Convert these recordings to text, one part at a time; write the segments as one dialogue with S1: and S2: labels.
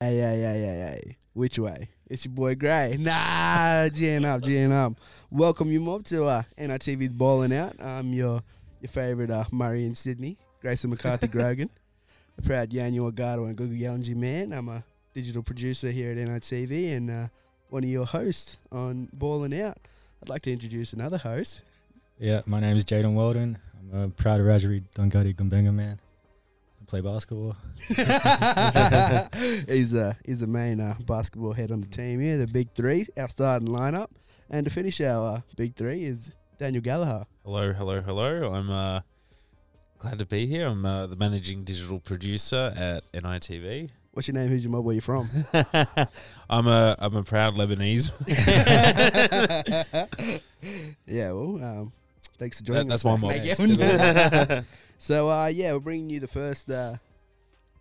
S1: Hey, hey, hey, hey, hey. Which way? It's your boy Gray. Nah, gin up, gin up. Welcome you mob to uh, NITV's Balling Out. I'm your your favourite uh, Murray in Sydney, Grayson McCarthy Grogan, a proud Yanyo Agado and Google Yalanji man. I'm a digital producer here at NITV and uh, one of your hosts on Balling Out. I'd like to introduce another host.
S2: Yeah, my name is Jaden Weldon. I'm a proud Rajari Dungadi Gumbenga man. I play basketball.
S1: he's a he's the main uh, basketball head on the team here. The big three, our starting lineup, and to finish our uh, big three is Daniel Gallagher.
S3: Hello, hello, hello. I'm uh, glad to be here. I'm uh, the managing digital producer at NITV.
S1: What's your name? Who's your mob? Where you from?
S3: I'm a I'm a proud Lebanese.
S1: yeah, well, um, thanks for
S3: That-
S1: joining us.
S3: that's my
S1: mate.
S3: motto.
S1: Mate, so, uh, yeah, we're bringing you the first uh,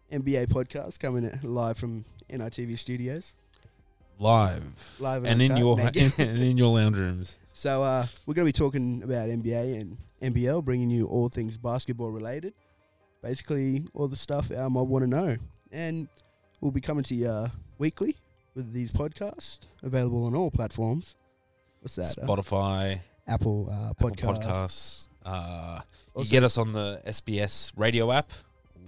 S1: NBA podcast coming live from NITV studios,
S3: Live
S1: live
S3: and in
S1: uncut.
S3: your
S1: Mate.
S3: and in your lounge rooms.
S1: So uh, we're going to be talking about NBA and NBL, bringing you all things basketball related. Basically, all the stuff our mob want to know. And we'll be coming to you uh, weekly with these podcasts, available on all platforms. What's that? uh,
S3: Spotify,
S1: Apple, uh,
S3: Apple
S1: podcast.
S3: podcasts. Uh, you
S1: Also-
S3: get us on the SBS radio app. Ooh,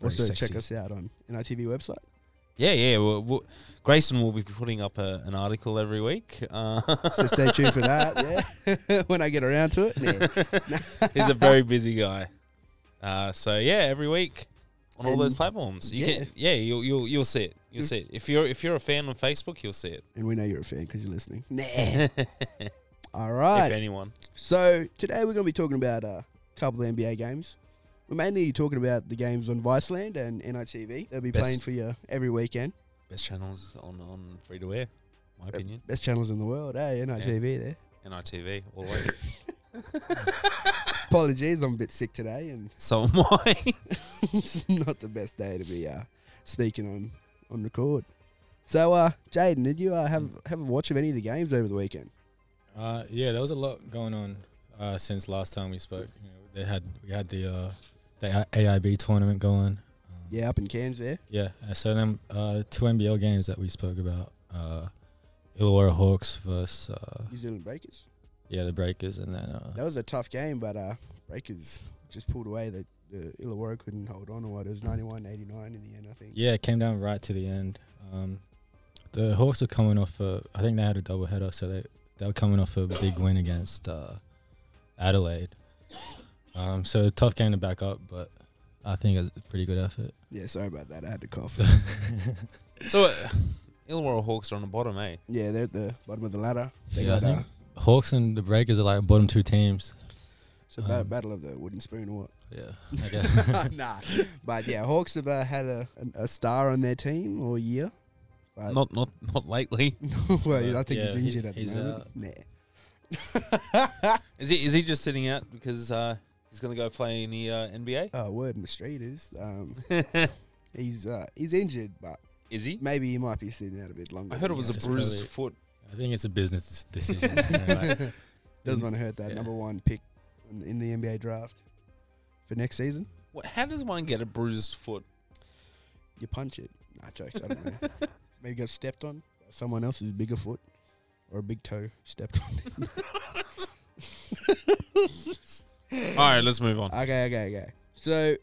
S3: very
S1: Also,
S3: sexy.
S1: check us out on NITV website.
S3: Yeah, yeah. We'll, we'll, Grayson will be putting up a, an article every week. Uh,
S1: So stay tuned for that. Yeah, when I get around to it. Yeah.
S3: He's a very busy guy. Uh, so yeah, every week on all those
S1: And-
S3: platforms, you
S1: yeah.
S3: can yeah, you'll you'll you'll see it. You'll
S1: Mm.
S3: see it. If you're if you're a fan on Facebook, you'll see it.
S1: And we know you're a fan because you're listening. Nah.
S3: if
S1: All right.
S3: anyone,
S1: So today we're going to be talking about uh, a couple of NBA games. We're mainly talking about the games on Viceland and NITV. They'll be
S3: Best-
S1: playing for you every weekend.
S3: best channels on on free to air, my opinion,
S1: Best channels in the world, eh? NITV there.
S3: NITV all the way.
S1: Apologies, I'm a bit sick today, and
S3: so am I.
S1: it's not the best day to be uh, speaking on on record. So, uh, Jaden, did you uh, have have a watch of any of the games over the weekend?
S2: Uh, yeah, there was a lot going on uh, since last time we spoke. You know, they had we had the uh, the AIB tournament going. Um,
S1: Yeah, up in Cairns there.
S2: Yeah, and so then uh, two NBL games that we spoke about: uh, Illawarra Hawks versus uh,
S1: New Zealand Breakers.
S2: yeah the Breakers, and then uh,
S1: That was a tough game, but uh, Breakers just pulled away. The, the Illawarra couldn't hold on or what. It was 91-89 in the end, I think.
S2: yeah, it came down right to the end. Um, the Hawks were coming off a, I think they had a double header, so they they were coming off a big win against uh, Adelaide. Um, so tough game to back up, but I think it was a pretty good effort.
S1: Yeah, sorry about that. I had to cough.
S3: so uh, Illawarra Hawks are on the bottom, eh?
S1: yeah, they're at the bottom of the ladder. They
S2: Yeah, I
S1: got uh,
S2: think- Hawks and the Breakers are like bottom two teams.
S1: it's a ba-
S2: um,
S1: battle of the wooden spoon or
S2: Yeah,
S1: what? nah, but yeah, Hawks have uh, had a, an- a star on their team all year. But
S3: Not not not lately.
S1: well,
S2: but
S1: I think
S2: yeah,
S1: he's
S2: he-
S1: injured at
S2: he's uh,
S1: the moment.
S2: out.
S1: Nah.
S3: Is he is he just sitting out because uh, he's gonna go play in the uh, NBA?
S1: Uh, word in the street is um, he's uh, he's injured, but
S3: is he?
S1: maybe he might be sitting out a bit longer.
S3: I heard
S1: than
S3: it was
S1: he
S3: a
S1: has.
S2: It's
S3: bruised
S2: probably-
S3: foot.
S2: I think it's a business decision. you know, like,
S1: Doesn't want to hurt that
S2: yeah.
S1: number one pick in, in the NBA draft for next season.
S3: What- How does one get a bruised foot?
S1: You punch it. Nah, jokes. I don't know. Maybe got stepped on by someone else's bigger foot or a big toe stepped on.
S3: All right, let's move on.
S1: okay, okay, okay. So,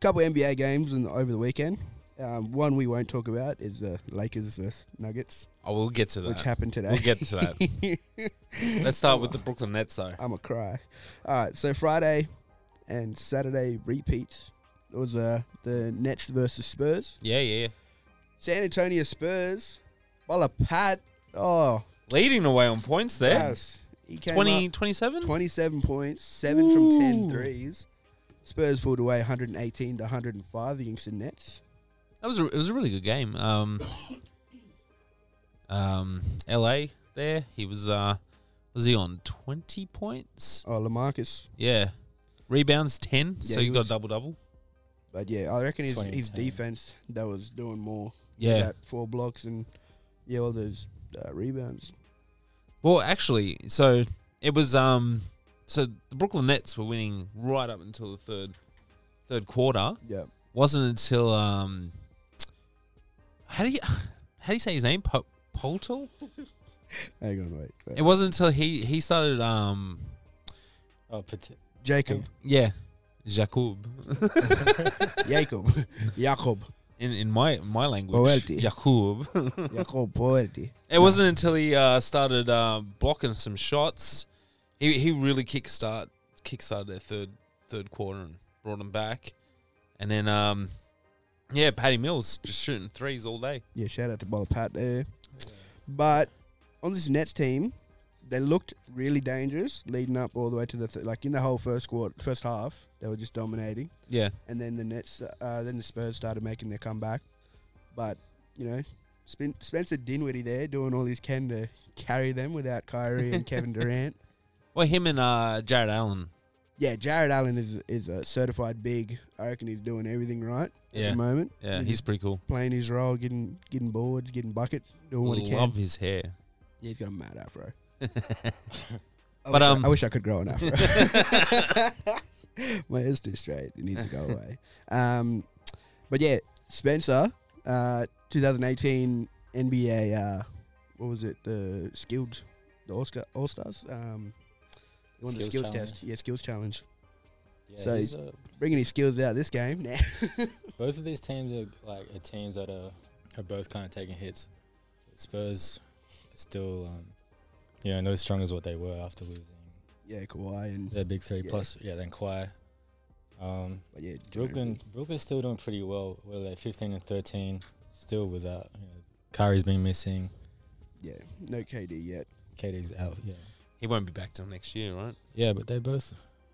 S1: couple NBA games and over the weekend. Um, one we won't talk about is the Lakers versus Nuggets,
S3: I will Oh, get to that.
S1: which happened today.
S3: We'll get to that. Let's start with the Brooklyn Nets, though.
S1: I'm a cry. All right, so Friday and Saturday repeats. It was uh, the Nets versus Spurs.
S3: Yeah, yeah. yeah.
S1: San Antonio Spurs. Bola Pat. Oh,
S3: Leading the way on points there.
S1: yes. He came
S3: Twenty,
S1: up
S3: twenty-seven. 20, 27?
S1: 27 points, 7 from 10
S3: Ooh.
S1: threes. Spurs pulled away 118 to 105 against the Nets.
S3: That was a, it was a really good game. Um, um, LA there. He was uh, was he on twenty points?
S1: Oh, Lamarcus.
S3: Yeah, rebounds ten.
S1: Yeah,
S3: so
S1: he
S3: you got
S1: was-
S3: double double.
S1: But yeah, I reckon his,
S2: 20
S1: his
S2: and 10.
S1: defense that was doing more. He
S3: Yeah.
S1: got four blocks and yeah, all those uh, rebounds.
S3: Well, actually, so it was um, so the Brooklyn Nets were winning right up until the third third quarter.
S1: Yeah.
S3: wasn't until um How do you how do you say his name? Po- Poltel?
S1: Hang on, wait. wait.
S3: It wasn't until he he started um
S2: Oh, pati-
S1: Jacob,
S3: yeah, Jacob.
S1: Jacob, Jacob,
S3: In in my my language,
S1: Poelti.
S3: Jacob.
S1: Jacob Poelti.
S3: It wasn't until he uh, started uh, blocking some shots. He he really kickstart kickstarted their third third quarter and brought them back. And then um, yeah, Patty Mills just shooting threes all day.
S1: Yeah, shout out to Bola Pat there. But on this Nets team, they looked really dangerous leading up all the way to the th- like in the whole first quarter, first half. They were just dominating.
S3: Yeah,
S1: and then the Nets, uh, then the Spurs started making their comeback. But you know, Spen- Spencer Dinwiddie there doing all his can to carry them without Kyrie and Kevin Durant.
S3: well, him and uh, Jared Allen.
S1: Yeah, Jared Allen is is a certified big. I reckon he's doing everything right at
S3: Yeah,
S1: the moment.
S3: yeah,
S1: Mhm.
S3: he's pretty cool.
S1: Playing his role, getting getting boards, getting buckets, doing what he can.
S3: Love his hair.
S1: Yeah, he's got a mad afro. I
S3: But,
S1: wish I-
S3: um,
S1: I wish I could grow an afro. My hair's too straight. It needs to go away. Um, but yeah, Spencer, uh, 2018 NBA. Uh, what was it? The skilled, the Oscar All Stars. Um, he won the
S2: Skills
S1: skills
S2: challenge.
S1: test. Yeah, skills challenge.
S2: yeah,
S1: So
S2: these are-
S1: Bringing his skills out this game. Nah.
S2: both of these teams are like are teams that are are both kind of taking hits. Spurs are still, um, you know, not as strong as what they were after losing
S1: yeah, Kawhi and
S2: their big three
S1: Yeah.
S2: plus. Yeah, then Kawhi. Um,
S1: but yeah,
S2: Brooklyn, Brooklyn's still doing pretty well. What are they? Fifteen and thirteen, still without. You know, Kyrie's been missing.
S1: Yeah, no KD yet.
S2: KD's out. Yeah,
S3: He won't be back till next year, right?
S2: yeah, but they both.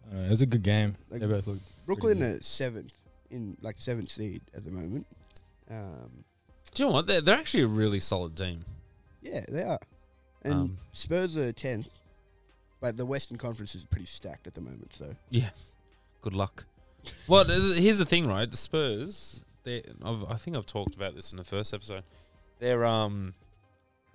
S2: I don't know, it was a good game.
S1: Like,
S2: they both looked.
S1: Brooklyn
S2: good.
S1: are seventh in like seventh seed at the moment. Um,
S3: Do you know what? They're, they're actually a really solid team.
S1: yeah, they are. And
S3: Um,
S1: Spurs are tenth, but the Western Conference is pretty stacked at the moment. So
S3: Good luck. Well, th- th- here's the thing, right? The Spurs. They, I've, I think I've talked about this in the first episode. They're um,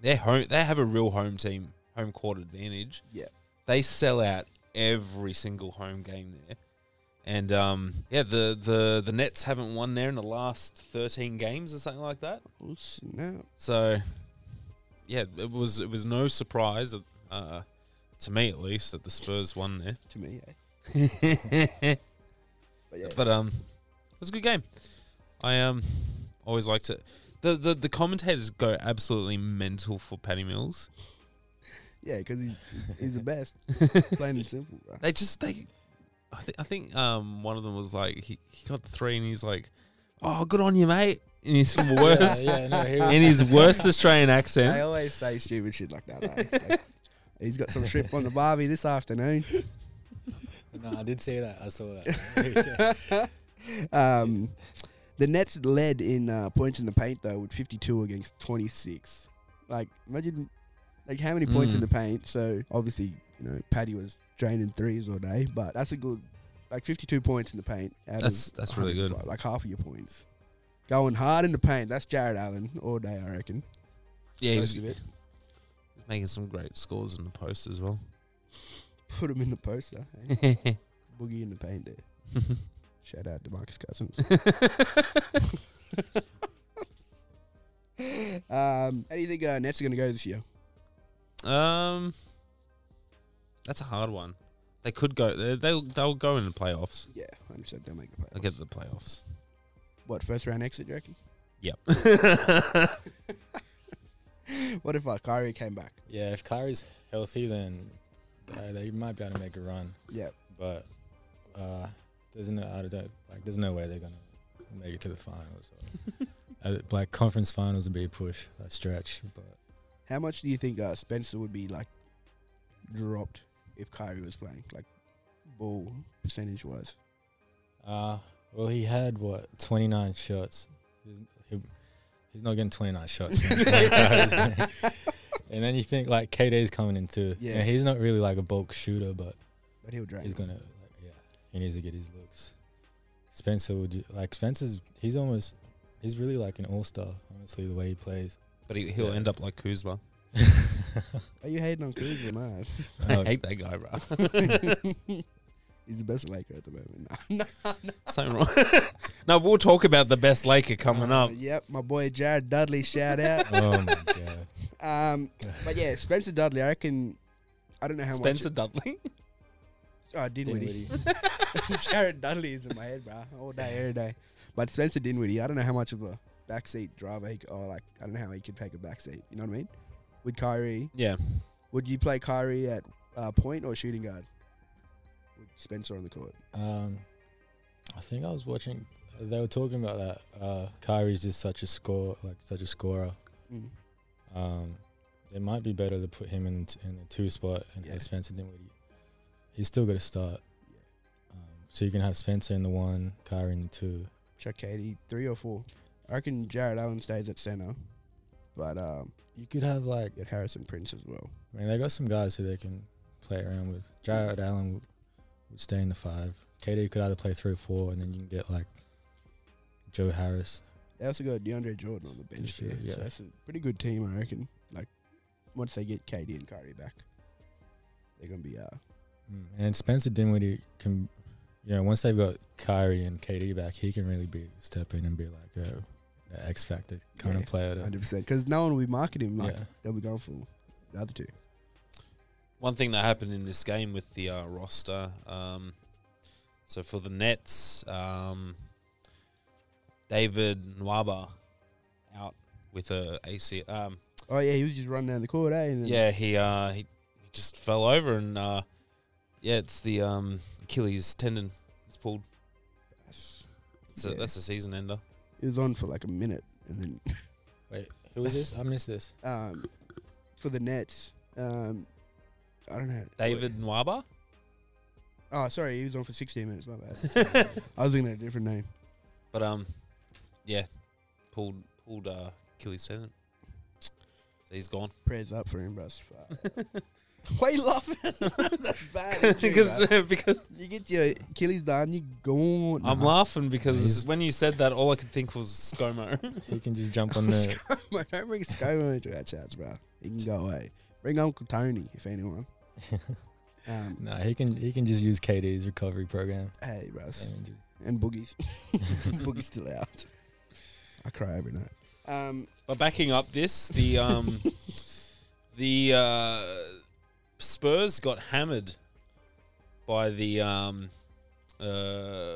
S3: they're home. They have a real home team, home court advantage.
S1: Yeah.
S3: they sell out every single home game there, and um, yeah, the the the Nets haven't won there in the last thirteen games or something like that.
S1: oh snap!
S3: So, yeah, it was it was no surprise, that, uh, to me at least, that the Spurs won there.
S1: To me, eh? but yeah,
S3: But um, it was a good game. I um always liked it. The the the commentators go absolutely mental for Patty Mills.
S1: yeah, because he's, he's he's the best. Plain and simple, bro.
S3: They just they, I think I think um one of them was like he, he got the three and he's like, oh good on you mate in his worst
S2: Yeah, yeah, no, he was-
S3: in his worst Australian
S1: I
S3: accent.
S1: always say stupid shit like that. eh? Like, he's got some shrimp on the barbie this afternoon.
S2: no, I did see that. I saw that.
S1: Um, the Nets led in uh, points in the paint though with 52 against 26. Like imagine like how many points
S3: Mm.
S1: in the paint. So obviously you know Patty was draining threes all day, but that's a good like 52 points in the paint. out of
S3: That's- that's really good.
S1: 105, Like half of your points. Going hard in the paint. That's Jared Allen all day, I reckon.
S3: Yeah, he was
S1: Most of it.
S3: he's making some great scores in the post as well.
S1: Put him in the poster. eh? Boogie in the paint there. Shout out to Marcus Cousins. um, how do you think uh, Nets are going to go this year?
S3: um, that's a hard one. They could go. They they'll, they'll go in the playoffs.
S1: Yeah, 100% they'll make the playoffs.
S3: They'll get to the playoffs.
S1: What, first round exit, you reckon?
S3: Yep.
S1: What if uh, Kyrie came back?
S2: yeah, if Kyrie's healthy, then uh, they might be able to make a run.
S1: Yeah.
S2: But uh, there's no, I don't like. There's no way they're gonna make it to the finals. Or, uh, like conference finals would be a push, a stretch. But
S1: How much do you think uh, Spencer would be, like, dropped if Kyrie was playing? Like, ball percentage wise?
S2: uh, well, he had what 29 shots. He's, he- he's not getting 29 shots. from 20 guys. and then you think like KD's coming in too.
S1: Yeah.
S2: And he's not really like a bulk shooter, but
S1: But he'll drain.
S2: He's gonna, like, yeah. He needs to get his looks. Spencer would ju- like Spencer's. He's almost. He's really like an all star. Honestly, the way he plays.
S3: but he, he'll
S2: Yeah.
S3: end up like Kuzma.
S1: Are you hating on Kuzma, man?
S3: I
S2: Uh,
S3: hate that guy, bro.
S1: He's the best Laker at the moment. No, no, no.
S3: Something wrong. no, we'll talk about the best Laker coming
S1: Uh,
S3: up.
S1: Yep, my boy Jared Dudley, shout out.
S2: Oh my god.
S1: Um, but yeah, Spencer Dudley, I reckon. I don't know how
S3: Spencer Dudley.
S1: much. Oh, Dinwiddie. Jared Dudley is in my head, bro, all day, every day. But Spencer Dinwiddie, I don't know how much of a backseat driver he, c- or like, I don't know how he could take a backseat. You know what I mean? With Kyrie,
S3: Yeah.
S1: would you play Kyrie at uh, point or shooting guard? With Spencer on the court,
S2: Um, I think I was watching. They were talking about that. Uh, Kyrie's just such a score, like such a scorer.
S1: mm.
S2: Um, it might be better to put him in in the two spot and
S1: Yeah.
S2: have Spencer Dinwiddie. He's still got to start. Um, so you can have Spencer in the one, Kyrie in the two.
S1: Chuck Katie, three or four. I reckon Jared Allen stays at center, but um,
S2: You could have like,
S1: you got Harrison Prince as well.
S2: I mean, they got some guys who they can play around with. Jared Allen would, would stay in the five. KD could either play three or four, and then you can get like Joe Harris.
S1: They also got DeAndre Jordan on the bench
S2: Yeah,
S1: too.
S2: yeah.
S1: So that's a pretty good team, I reckon. Like once they get KD and Kyrie back, they're gonna be uh
S2: Mm. And Spencer Dinwiddie can, you know, once they've got Kyrie and KD back, he can really be step in and be like a, a X factor kind
S1: Yeah,
S2: of player. To,
S1: hundred percent because no one will be marketing him like
S2: yeah.
S1: they'll be going for the other two.
S3: One thing that happened in this game with the uh, roster. Um, so for the Nets, um, David Nwaba out with a AC. Um,
S1: Oh yeah, he was just running down the court, eh? And then-
S3: yeah, he uh, he he just fell over and uh, yeah, it's the um, Achilles tendon. It's pulled. It's a,
S1: Yeah.
S3: that's a season ender.
S1: he was on for like a minute, and then
S2: Wait, who is this? I missed this.
S1: um, for the Nets, um, I don't know.
S3: David Nwaba.
S1: Oh, sorry, he was on for sixteen minutes. My bad. I was looking at a different name.
S3: But um, yeah, pulled pulled uh, Achilles tendon. So he's gone
S1: Prayers up for him, bro. Why you laughing? That's bad. injury, bruh.
S3: because because
S1: You get your Achilles done, you gone.
S3: I'm
S1: Nah.
S3: laughing because
S2: He's-
S3: when you said that, all I could think was ScoMo.
S2: He can just jump on the.
S1: Mate, Don't bring ScoMo into our chats, bro. He can go away. Bring Uncle Tony, if anyone. Um,
S2: nah, he can he can just use KD's recovery program.
S1: hey, bro.
S2: Same injury.
S1: And Boogie's. Boogie's still out. I cry every night. Um,
S3: but backing up this, the um, the uh, Spurs got hammered by the um, uh,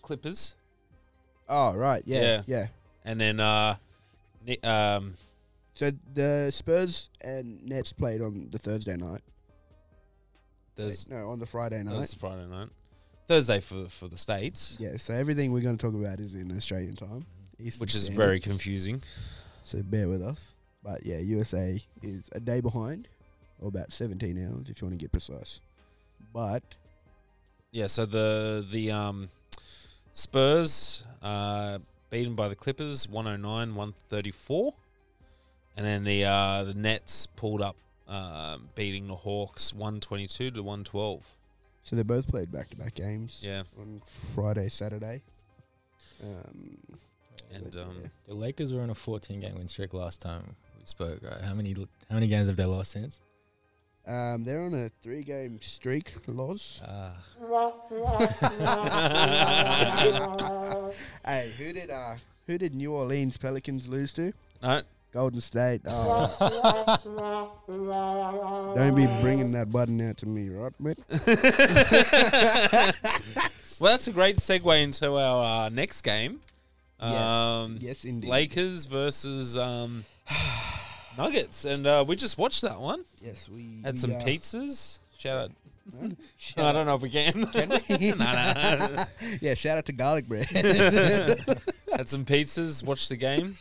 S3: Clippers,
S1: oh, right. Yeah, yeah.
S3: Yeah. and then uh, Ni- um,
S1: So the Spurs and Nets played on the Thursday night.
S3: there's
S1: no, on the Friday night.
S3: there's Friday night, Thursday for for the states,
S1: Yeah, so everything we're going to talk about is in Australian time. Eastern
S3: which is
S1: Standard.
S3: very confusing.
S1: So bear with us. But yeah, USA is a day behind, or about 17 hours if you want to get precise. But
S3: Yeah, so the the um, Spurs uh, beaten by the Clippers 109 134. And then the uh, the Nets pulled up um, beating the Hawks 122 to 112.
S1: so they both played back to back games
S3: Yeah.
S1: on Friday, Saturday. Um,
S3: And
S1: but,
S3: um,
S1: yeah.
S2: The Lakers were on a 14 game win streak last time we spoke. Right? How many how many games have they lost since?
S1: Um, they're on a three game streak, Loz.
S2: Ah,
S1: Hey, who did uh, who did New Orleans Pelicans lose to?
S3: no,
S1: Golden State. Oh. Don't be bringing that button out to me, right, mate?
S3: well, that's a great segue into our uh, next game. Um,
S1: yes, indeed.
S3: Lakers versus um, Nuggets. And uh, we just watched that one.
S1: yes, we
S3: Had
S1: we,
S3: some
S1: uh,
S3: pizzas. Shout out
S1: huh?
S3: No, I don't know if we can.
S1: we?
S3: no, no.
S1: Yeah, shout out to garlic bread.
S3: Had some pizzas, watched the game.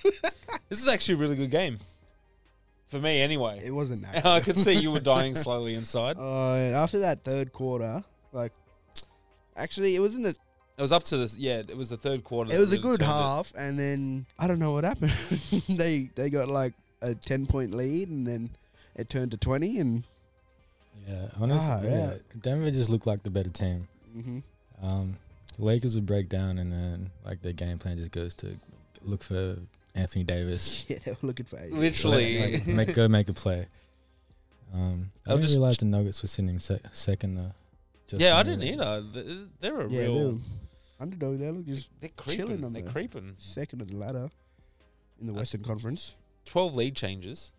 S3: This is actually a really good game. For me, anyway.
S1: it wasn't that.
S3: I could see you were dying slowly inside.
S1: Uh, after that third quarter, like, actually, it was in the.
S3: It was up to this. Yeah, it was the third quarter.
S1: It
S3: that
S1: was a
S3: really
S1: good
S3: turned it.
S1: half, and then I don't know what happened. they they got like a ten point lead, and then it turned to twenty, and
S2: yeah. Honestly,
S1: Ah,
S2: yeah.
S1: yeah.
S2: Denver just looked like the better team.
S1: hmm
S2: Um, the Lakers would break down, and then like their game plan just goes to look for Anthony Davis.
S1: yeah, they were looking for eight.
S3: Literally.
S2: Like, make, go make a play. Um, I
S3: I'll
S2: didn't
S3: just-
S2: realize the Nuggets were sitting sec- second though. Just
S3: yeah, I
S2: another-
S3: didn't either. Th- They're a
S1: Yeah,
S3: real.
S1: dude. Underdog, they look just
S3: They're
S1: chilling
S3: creeping.
S1: on
S3: They're
S1: the-
S3: creeping.
S1: second of the ladder in the
S3: Uh,
S1: Western Conference.
S3: Twelve lead changes.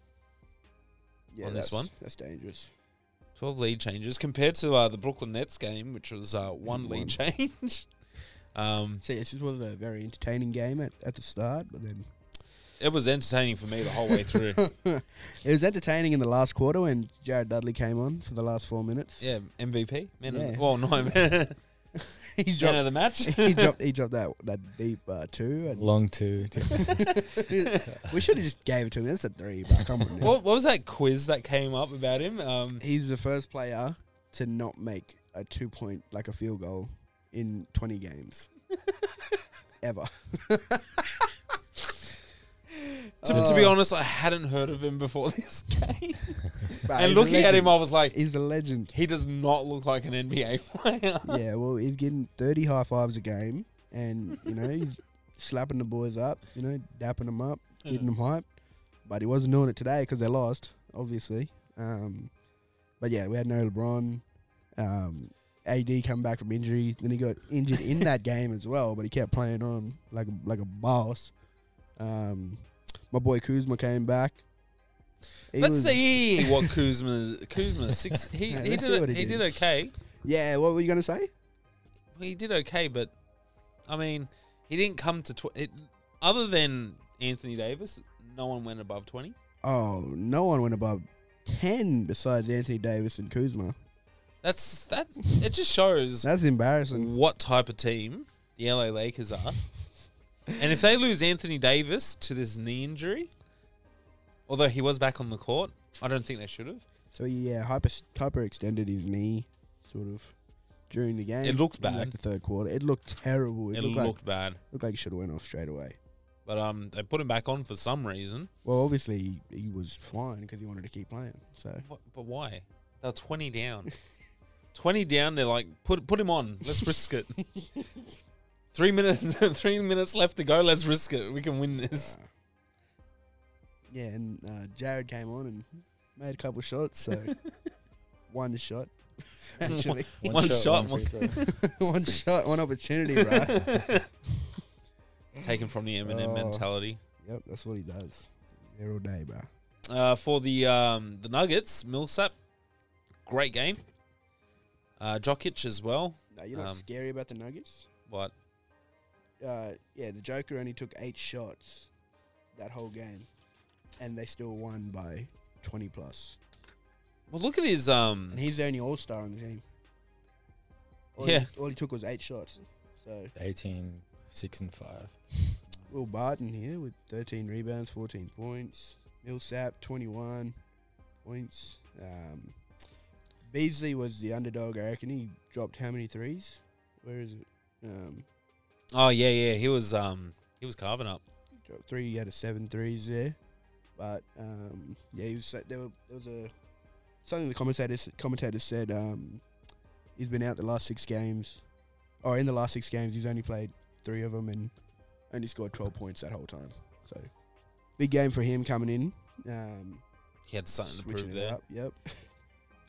S1: Yeah,
S3: on this
S1: that's-
S3: one?
S1: That's dangerous.
S3: Twelve lead changes compared to uh, the Brooklyn Nets game, which was uh,
S1: One.
S3: one lead change. um,
S1: So, yeah, this was a very entertaining game at, at the start, but then
S3: it was entertaining for me the whole way through.
S1: it was entertaining in the last quarter when Jared Dudley came on for the last four minutes.
S3: yeah, MVP. Man, of
S1: Yeah.
S3: the, well, no, man,
S1: he
S3: man of
S1: dropped.
S3: the match.
S1: he dropped. He dropped that that deep uh, two, and
S2: Long two.
S1: we should have just gave it to him. That's a three, but come on. now.
S3: what, what was that quiz that came up about him? Um,
S1: He's the first player to not make a two point, like a field goal, in twenty games ever.
S3: to, to
S1: Uh, Oh,
S3: be honest, I hadn't heard of him before this game.
S1: Bruh,
S3: and
S1: he's a
S3: looking at him,
S1: legend.
S3: I was like,
S1: he's a legend.
S3: he does not look like an NBA player.
S1: yeah, well, he's getting 30 high fives a game, and, you know, he's slapping the boys up, you know, dapping them up, getting them hyped. But he wasn't doing it today because they lost, obviously. Um, but yeah, we had no LeBron. Um, AD come back from injury, then he got injured in that game as well, but he kept playing on like a, like a boss. Um, my boy Kuzma came back. He
S3: Let's
S1: was-
S3: see what Kuzma Kuzma six. He,
S1: Yeah,
S3: he
S1: let's see
S3: did
S1: what
S3: he,
S1: he
S3: he did
S1: did.
S3: okay.
S1: Yeah, what were you gonna say?
S3: He did okay, but I mean, he didn't come to twenty. Other than Anthony Davis, no one went above twenty.
S1: Oh, no one went above ten besides Anthony Davis and Kuzma.
S3: That's that's it. Just shows
S1: That's embarrassing.
S3: what type of team the LA Lakers are. And if they lose Anthony Davis to this knee injury, although he was back on the court, I don't think they should have.
S1: So yeah, hyper hyper extended his knee, sort of, during the game.
S3: It looked
S1: in, like,
S3: bad.
S1: the third quarter. It looked terrible. It,
S3: It
S1: looked,
S3: looked bad,
S1: like looked like he should have went off straight away.
S3: but um, they put him back on for some reason.
S1: Well, obviously he, he was fine because he wanted to keep playing. So
S3: What, but why? They're twenty down. twenty down. They're like, put put him on. Let's risk it. three minutes. three minutes left to go. Let's risk it. We can win this.
S1: uh, yeah, and uh, Jared came on and made a couple shots. So one shot, actually,
S3: One shot, one-
S2: free throw.
S1: one shot, one opportunity, bro.
S3: Taken from the Eminem
S1: Oh.
S3: mentality.
S1: Yep, that's what he does. There all day, bro.
S3: Uh, for the um, the Nuggets, Millsap, great game. Uh, Jokic as well.
S1: No, you know what's
S3: Um,
S1: scary about the Nuggets?
S3: What?
S1: Uh, yeah, the Joker only took eight shots that whole game, and they still won by twenty plus.
S3: Well, look at his um.
S1: And he's the only All Star on the team. All
S3: Yeah.
S1: he, all he took was eight shots. So
S2: 18, 6 and 5.
S1: Will Barton here with thirteen rebounds, fourteen points. Millsap twenty one points. Um, Beasley was the underdog. I reckon he dropped how many threes? Where is it? Um,
S3: Oh yeah, yeah. He was um. He was carving up.
S1: dropped three. He had a seven threes there, but um, yeah, he was sa- there, were, there was a something the commentators commentators said um, he's been out the last six games, or in the last six games he's only played three of them and only scored twelve points that whole time. So big game for him coming in. Um,
S3: He had something to
S1: switching
S3: prove
S1: it
S3: there.
S1: up. Yep, I
S3: Had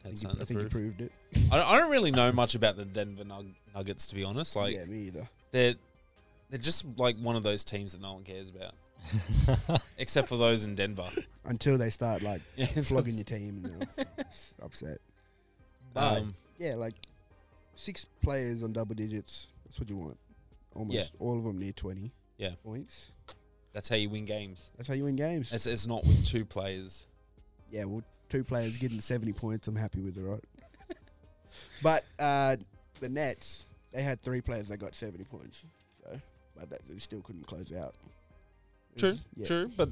S1: think, he,
S3: something
S1: I
S3: to
S1: think he
S3: prove.
S1: proved it.
S3: I don't, I don't really know much about the Denver Nug- Nuggets to be honest. Like
S1: yeah, me either.
S3: they're they're just like one of those teams that no one cares about, except for those in Denver.
S1: Until they start like
S3: Yeah, it's
S1: flogging your team, and they'll it's upset. But
S3: um,
S1: yeah, like six players on double digits. That's what you want. Almost all of them near twenty.
S3: Yeah.
S1: points.
S3: that's how you win games.
S1: That's how you win games.
S3: It's, it's not with two players.
S1: yeah, well, two players getting seventy points. I'm happy with it, right? but uh, the Nets, they had three players that got seventy points. So, but that, they still couldn't close out. It
S3: True,
S1: was- yeah.
S3: true, but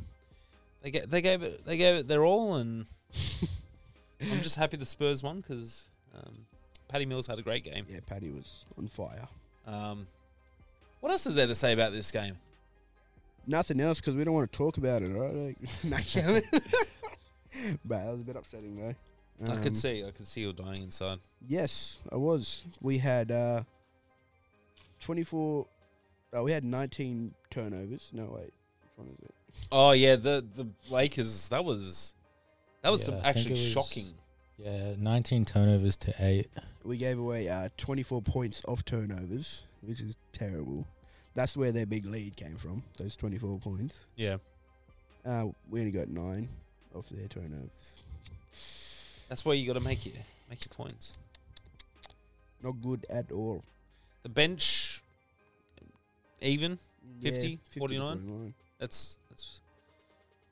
S3: they ga- they gave it they gave it their all, and I'm just happy the Spurs won because um, Patty Mills had a great game.
S1: Yeah, Paddy was on fire.
S3: Um, what else is there to say about this game?
S1: Nothing else because we don't want to talk about it, all right? Like, no, Kevin. but that was a bit upsetting though.
S3: I
S1: Um,
S3: could see I could see you dying inside.
S1: Yes, I was. We had uh, 24. Oh, we had 19 turnovers. No, wait. Which one is it?
S3: Oh yeah, the the Lakers that was that was
S2: Yeah,
S3: some
S2: I think
S3: actually
S2: it was-
S3: shocking.
S2: Yeah, 19 turnovers to eight.
S1: We gave away uh, 24 points off turnovers, which is terrible. That's where their big lead came from, those 24 points.
S3: Yeah,
S1: Uh, we only got nine off their turnovers.
S3: that's where you got to make it, make your points.
S1: Not good at all.
S3: The bench, even.
S1: Yeah,
S3: 50,
S1: 50 to
S3: 49? That's that's.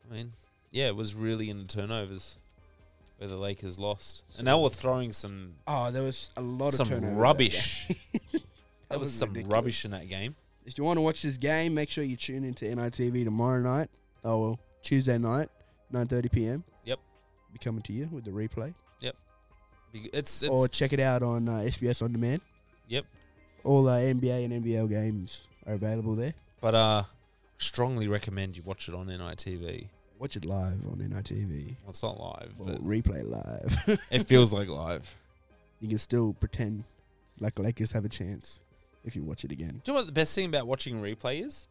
S3: I mean, yeah, it was really in the turnovers where the Lakers lost, and they were throwing some
S1: Oh, there was a lot
S3: some
S1: of turnovers. that game.
S3: rubbish.
S1: That
S3: There was
S1: was
S3: some
S1: ridiculous.
S3: rubbish in that game.
S1: If you want to watch this game, make sure you tune into NITV tomorrow night. Oh, well, Tuesday night, 9.30 p.m.
S3: Yep.
S1: Be coming to you with the replay.
S3: Be- It's, it's
S1: or check it out on uh, SBS On Demand.
S3: Yep.
S1: All uh, NBA and NBL games are available there.
S3: but uh, strongly recommend you watch it on NITV.
S1: Watch it live on NITV.
S3: Well, it's not live,
S1: Well,
S3: but
S1: replay live.
S3: it feels like live.
S1: you can still pretend like Lakers have a chance if you watch it again.
S3: Do you know what the best thing about watching replay is?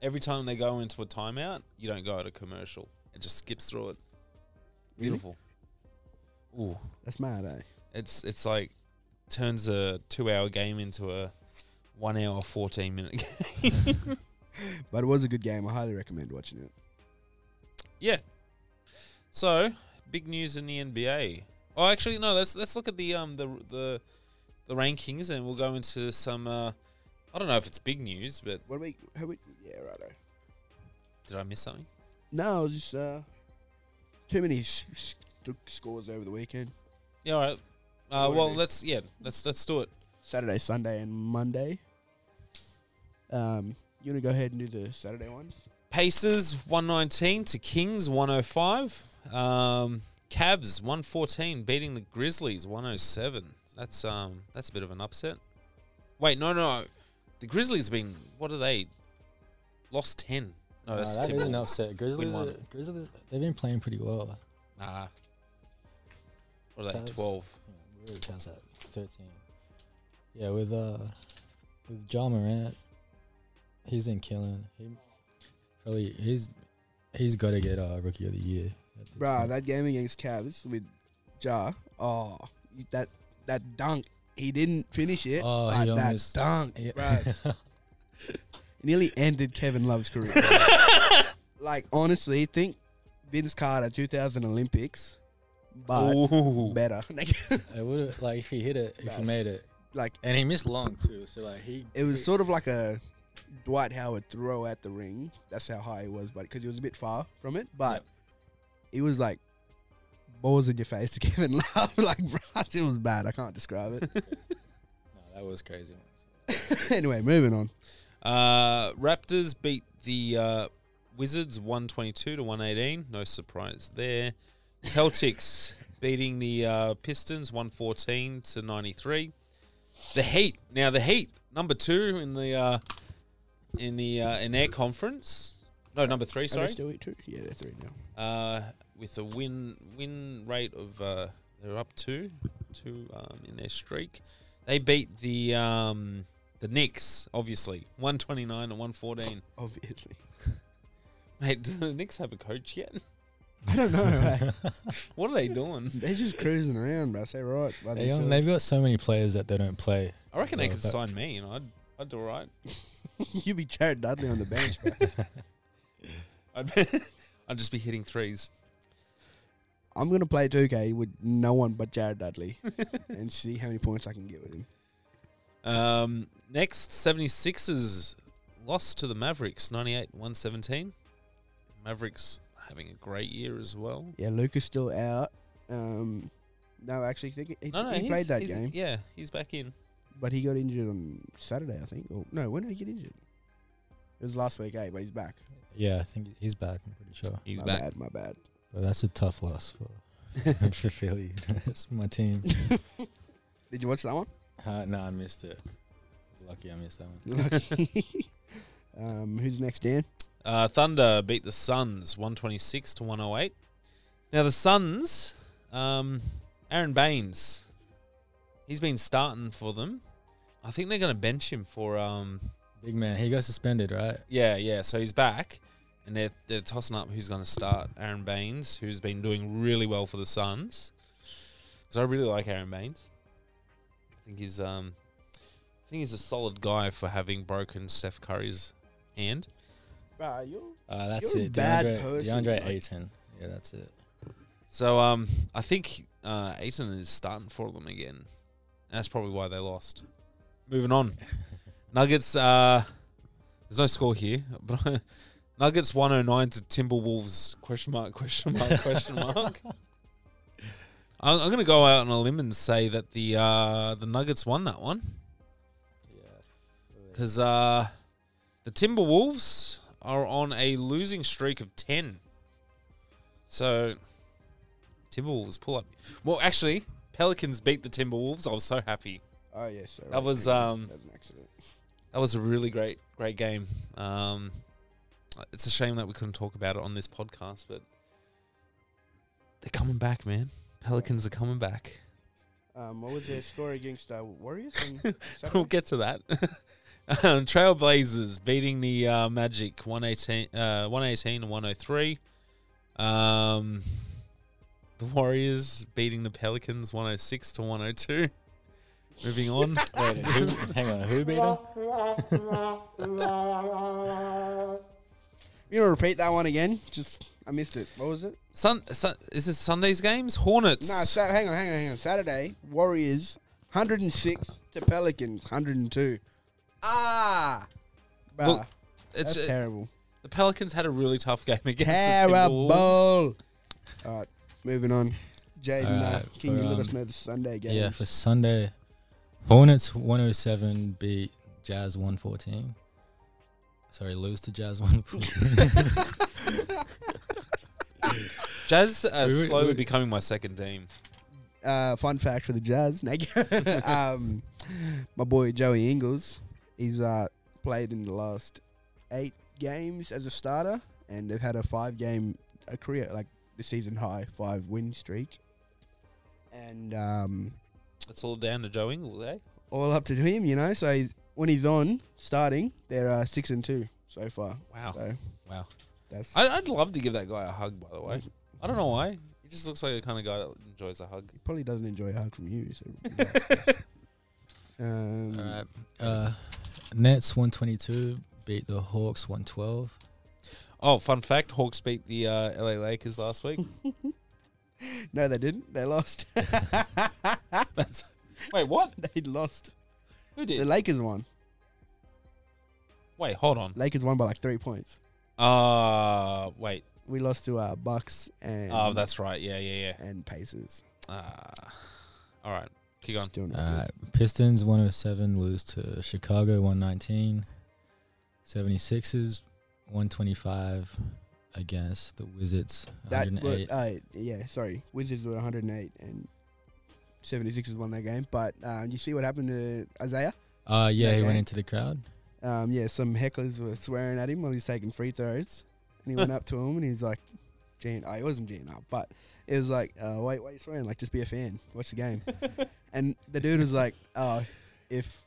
S3: Every time they go into a timeout, you don't go to commercial. It just skips through it.
S1: Really?
S3: Beautiful. Ooh,
S1: That's mad, eh?
S3: it's it's like turns a two-hour game into a one-hour, fourteen-minute game.
S1: But it was a good game. I highly recommend watching it.
S3: So, big news in the NBA. Oh, actually, no. Let's let's look at the um the the the rankings, and we'll go into some. Uh, I don't know if it's big news, but
S1: What we? How we? Yeah, righto.
S3: did I miss something?
S1: No, it was just uh, too many s- s- took scores over the weekend.
S3: Yeah, all right. Uh,
S1: Alrighty.
S3: well, let's yeah, let's let's do it.
S1: Saturday, Sunday, and Monday. Um, you wanna go ahead and do the Saturday ones?
S3: Pacers 119 to Kings 105. Um, Cavs 114 beating the Grizzlies 107. That's um that's a bit of an upset. Wait, no, no. The Grizzlies been what are they? Lost 10. No,
S2: No,
S3: that's
S2: that is an
S3: Timberwolves.
S2: upset. Grizzlies,
S3: one.
S2: are, Grizzlies, they've been playing pretty well.
S3: Nah. What are they?
S2: Cavs.
S3: 12.
S2: Yeah, Really, how's that? Thirteen. Yeah, with uh, with John Morant, he's been killing. He probably he's he's got to get uh, rookie of the year. at this
S1: Bruh,
S2: point.
S1: that game against Cavs with Ja. Oh, that that dunk. He didn't finish it.
S2: Oh,
S1: but
S2: he
S1: that
S2: almost-
S1: dunk,
S2: Yeah.
S1: bruh, nearly ended Kevin Love's career. like honestly, think Vince Carter 2000 Olympics, but
S3: Ooh.
S1: better. Like,
S2: it would have like if he hit it, if he
S1: Bruh.
S2: made it,
S1: like
S2: and he missed long too. So like he,
S1: it was sort of like a Dwight Howard throw at the ring. That's how high he was, but because he was a bit far from it, but it was like balls in your face to Kevin Love. like, bruh, it was bad. I can't describe it.
S2: No, that was crazy.
S1: anyway, moving on.
S3: Uh, Raptors beat the uh, Wizards 122 to 118. No surprise there. Celtics beating the uh, Pistons 114 to 93. The Heat. Now the Heat, number 2 in the uh, in the uh, in their conference. No, number
S1: Are
S3: 3,
S1: they
S3: sorry.
S1: still eat two? Yeah, they're three now.
S3: Uh, with a win win rate of uh, they're up 2 2 um, in their streak. They beat the um, the Knicks, obviously, 129 to 114.
S1: Obviously,
S3: Mate, do the Knicks have a coach yet?
S1: I don't know. right?
S3: What are they doing?
S1: They're just cruising around, bro. Say right. by
S2: They, um,
S1: themselves.
S2: they've got so many players that they don't play.
S3: I reckon they
S2: Well,
S3: could
S2: that-
S3: sign me, and I'd I'd do all right.
S1: you be Jared Dudley on the bench. bro.
S3: I'd be, I'd just be hitting threes.
S1: I'm gonna play 2K with no one but Jared Dudley and see how many points I can get with him.
S3: Um, next, 76ers lost to the Mavericks, 98-117. Mavericks having a great year as well.
S1: Yeah, Luca's still out. Um, no, actually, I think he,
S3: No, no,
S1: he
S3: he's,
S1: played that
S3: he's-
S1: game,
S3: Yeah, he's back in.
S1: but he got injured on Saturday, I think. Or no, when did he get injured? It was last week, eh? But he's back.
S2: Yeah, I think he's back. I'm pretty sure.
S3: He's
S1: my
S3: back.
S1: bad. My bad.
S2: But that's a tough loss for for Philly. that's my team.
S1: Did you watch that one?
S2: Uh, no, I missed it. Lucky I missed that one.
S1: Lucky. um, who's next, Dan?
S3: Uh, Thunder beat the Suns, 126 to 108. Now the Suns, um, Aaron Baines, he's been starting for them. I think they're going to bench him for um,
S2: Big man, he got suspended, right?
S3: yeah, yeah. So he's back, and they're they're tossing up who's going to start Aaron Baines, who's been doing really well for the Suns. because I really like Aaron Baines. I think he's um, I think he's a solid guy for having broken Steph Curry's hand.
S1: Bro, you
S2: Uh, that's
S1: You're a
S2: it.
S1: bad
S2: DeAndre,
S1: person,
S2: DeAndre
S1: like-
S2: Ayton. Yeah, that's it.
S3: So um, I think uh, Ayton is starting for them again. That's probably why they lost. Moving on, Nuggets. Uh, there's no score here, but Nuggets 109 to Timberwolves question mark question mark question mark. I'm, I'm gonna go out on a limb and say that the uh, the Nuggets won that one
S2: Yeah.
S3: because uh, the Timberwolves are on a losing streak of 10. So, Timberwolves pull up. Well, actually, Pelicans beat the Timberwolves. I was so happy.
S1: Oh yeah, sorry.
S3: That was, um,
S1: That was an accident.
S3: That was a really great, great game. Um, it's a shame that we couldn't talk about it on this podcast, but they're coming back, man. Pelicans are coming back.
S1: Um, what was their score against uh, Warriors? on
S3: we'll
S1: Saturday?
S3: get to that. um, Trailblazers beating the uh, Magic 118, uh, 118 and 103. Um, the Warriors beating the Pelicans 106 to 102. Moving on.
S2: Wait, who, hang on. Who beat him?
S1: you want to repeat that one again? Just I missed it. What was it?
S3: Sun, sun, is this Sunday's games? Hornets.
S1: No, sa- hang on, hang on, hang on. Saturday, Warriors, 106 to Pelicans, 102. Ah, bruh,
S3: Look, it's,
S1: that's
S3: uh,
S1: terrible.
S3: the Pelicans had a really tough game against the Timberwolves.
S1: Terrible. All right, moving on. Jaden, uh,
S2: Alright,
S1: can you
S2: for,
S1: let us
S2: um,
S1: know the Sunday game?
S2: Yeah, for Sunday, Hornets 107 beat Jazz 114. Sorry, lose to Jazz 114.
S3: Jazz are
S2: We were-
S3: slowly
S2: we-
S3: becoming my second team.
S1: Uh, fun fact for the Jazz. Nah, um, my boy Joey Ingles, he's uh, played in the last eight games as a starter, and they've had a five-game a career like the season high five win streak. And um,
S3: It's all down to Joe Ingles, eh?
S1: all up to him, you know. So he's, when he's on starting, they're uh, six and two so far.
S3: Wow.
S1: So
S2: wow.
S1: that's
S3: I, I'd love to give that guy a hug, by the way. I don't know why. He just looks like the kind of guy that enjoys a hug.
S1: he probably doesn't enjoy a hug from you. So, um,
S2: All right. Uh, Nets 122 beat the Hawks 112.
S3: Oh, fun fact Hawks beat the uh, LA Lakers last week.
S1: No, they didn't. They lost.
S3: That's Wait, what?
S1: they lost.
S3: Who
S1: The
S3: did?
S1: Lakers won.
S3: Wait, hold on.
S1: Lakers won by like three points.
S3: Uh, wait.
S1: We lost to uh, Bucks and
S3: Oh, that's right. Yeah, yeah,
S1: and Pacers.
S3: yeah. Uh, all right. Keep going.
S1: Still not
S2: All
S1: good.
S2: right. Uh, Pistons 107 lose to Chicago 119. 76ers 125 against the Wizards
S1: That was,
S2: 108.
S1: uh, yeah, sorry. Wizards were 108 and 76ers won that game. But um, you see what happened to Isaiah?
S2: Uh, yeah, he
S1: okay.
S2: went into the crowd.
S1: Um, yeah, some hecklers were swearing at him while he's taking free throws, and he went up to him and he's like, "Jan, oh, it wasn't Jan up, but it was like, uh, wait, why are you swearing? Like, just be a fan, watch the game." and the dude was like, "Oh, if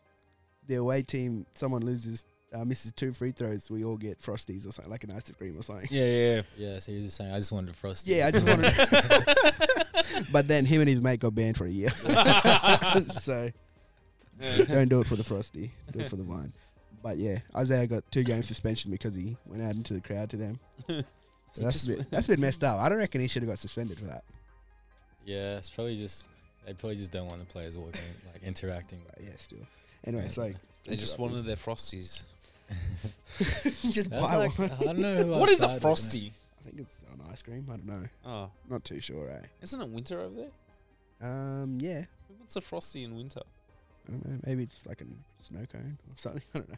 S1: the away team someone loses, uh, misses two free throws, we all get frosties or something, like an ice cream or something."
S3: Yeah, yeah,
S2: Yeah, so he was just saying, I just wanted to frost.
S1: Yeah, I just wanted. but then him and his mate got banned for a year, so don't do it for the frosty, do it for the vine. But yeah, Isaiah got two game suspension because he went out into the crowd to them. So that's a bit, that's a bit messed up. I don't reckon he should have got suspended for that.
S2: Yeah, it's probably just they probably just don't want the players walking like interacting.
S1: But yeah, still. Anyway, so
S3: They just wanted their frosties.
S1: just buy
S2: That's like,
S1: one.
S2: I don't know. Who
S3: What is a
S2: outside
S3: frosty?
S1: I think it's on ice cream. I don't know.
S3: Oh,
S1: Not too sure. Eh?
S3: isn't it winter over there?
S1: Um, yeah.
S3: What's a frosty in winter?
S1: I don't know. Maybe it's like a snow cone or something. I don't know.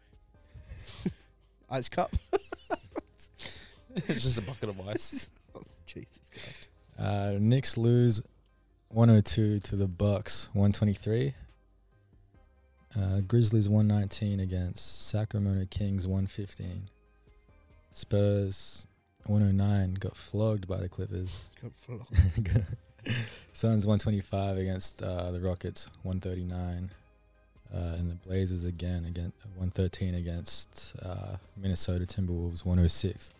S1: Ice cup.
S3: it's just a bucket of ice.
S1: Oh, Jesus Christ.
S2: Uh, Knicks lose 102 to the Bucks 123. Uh, Grizzlies 119 against Sacramento Kings 115. Spurs 109 got flogged by the Clippers.
S1: Got full of-
S2: Suns 125 against uh, the Rockets 139. Uh, and the Blazers again again 113 against oh uh, Minnesota Timberwolves 106.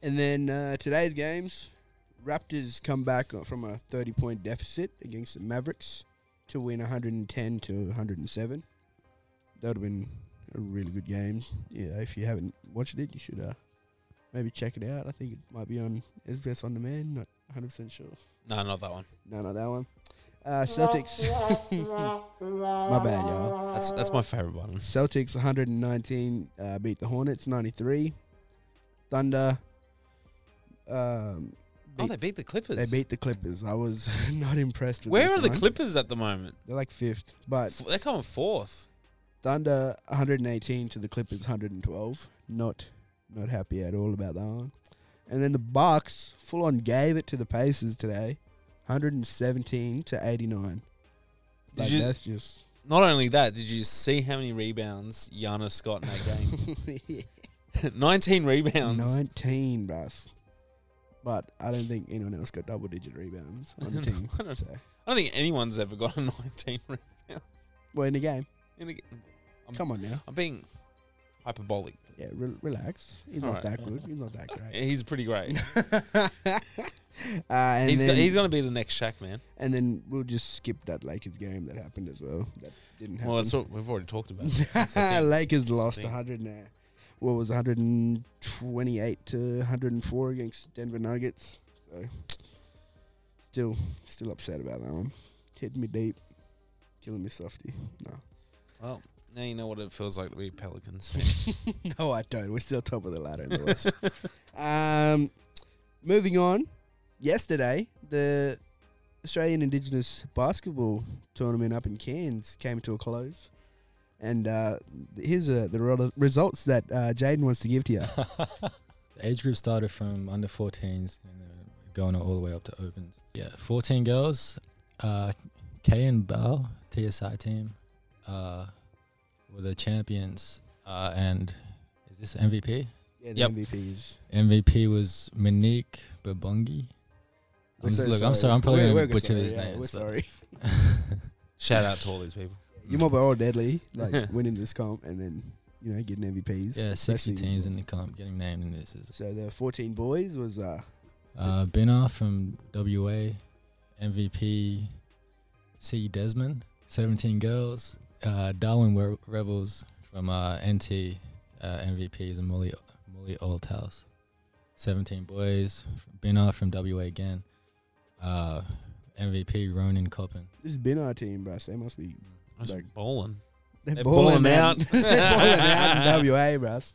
S1: And then uh, today's games, Raptors come back uh, from a 30 point deficit against the Mavericks to win 110 to 107. That would have been a really good game. Yeah, if you haven't watched it, you should uh, maybe check it out. I think it might be on SBS On Demand. Not 100% sure.
S3: No, not that one.
S1: No, not that one. Uh, Celtics. My bad, y'all.
S3: That's that's my favorite one.
S1: Celtics 119 uh, beat the Hornets 93. Thunder. Um,
S3: Oh,
S1: Beat-
S3: they beat the Clippers.
S1: they beat the Clippers. I was not impressed with
S3: Where
S1: this
S3: are the
S1: one.
S3: Clippers at the moment?
S1: They're like fifth. But
S3: F- they're coming fourth.
S1: Thunder 118 to the Clippers 112. Not not happy at all about that one. And then the Bucks full on gave it to the Pacers today, 117 to 89.
S3: Did
S1: Like
S3: you-
S1: that's just
S3: Not only that, did you see how many rebounds Giannis got in that game? 19 rebounds.
S1: 19, bruh. But I don't think anyone else got double digit rebounds on the team.
S3: I, don't,
S1: so.
S3: I don't think anyone's ever got a 19 rebound.
S1: We're in the game.
S3: In a g- I'm,
S1: Come on now.
S3: I'm being hyperbolic.
S1: Yeah, re- relax. He's not
S3: Alright.
S1: that good. He's not that great.
S3: He's pretty great.
S1: uh, and
S3: he's,
S1: then,
S3: go- he's going to be the next Shaq, man.
S1: and then we'll just skip that Lakers game that happened as well. That didn't happen.
S3: Well, that's what we've already talked about. it. That's the thing.
S1: Lakers
S3: the
S1: lost
S3: thing.
S1: 100 now. What was 128 to 104 against Denver Nuggets? So still, still upset about that one. Hitting me deep, killing me softy.
S3: well, now you know what it feels like to be Pelicans.
S1: no, I don't. We're still top of the ladder in the West. um, moving on. Yesterday, the Australian Indigenous Basketball Tournament up in Cairns came to a close. And uh, here's uh, the rel- results that uh, Jaden wants to give to you.
S2: The age group started from under 14s and they're going all the way up to opens. Yeah, 14 girls. Uh, Kay and Bell, TSI team, uh, were the champions. Uh, and is this MVP?
S1: Yeah,
S3: Yep.
S1: MVPs.
S2: MVP was Monique Babungi. I'm just- look, I'm sorry. I'm probably going to butcher these names.
S1: We're
S2: but-
S1: sorry.
S3: Shout out to all these people.
S1: You might be all deadly, like winning this comp and then, you know, getting MVPs.
S2: Yeah, 60
S1: especially-
S2: teams in the comp getting named in this. Is,
S1: So the 14 boys was uh,
S2: uh, Binner from WA, MVP C. E Desmond, 17 girls. Uh, Darwin Wer- Rebels from uh, NT, uh, MVPs, and Molly, Molly Oldhouse. 17 boys. Binner from WA again. Uh, MVP Ronan Coppin.
S1: this has been our team, bro. So they must be
S3: Just
S1: Like-
S3: balling.
S1: They're,
S3: They're
S1: balling,
S3: balling
S1: out.
S3: out.
S1: They're balling out in WA, bruh.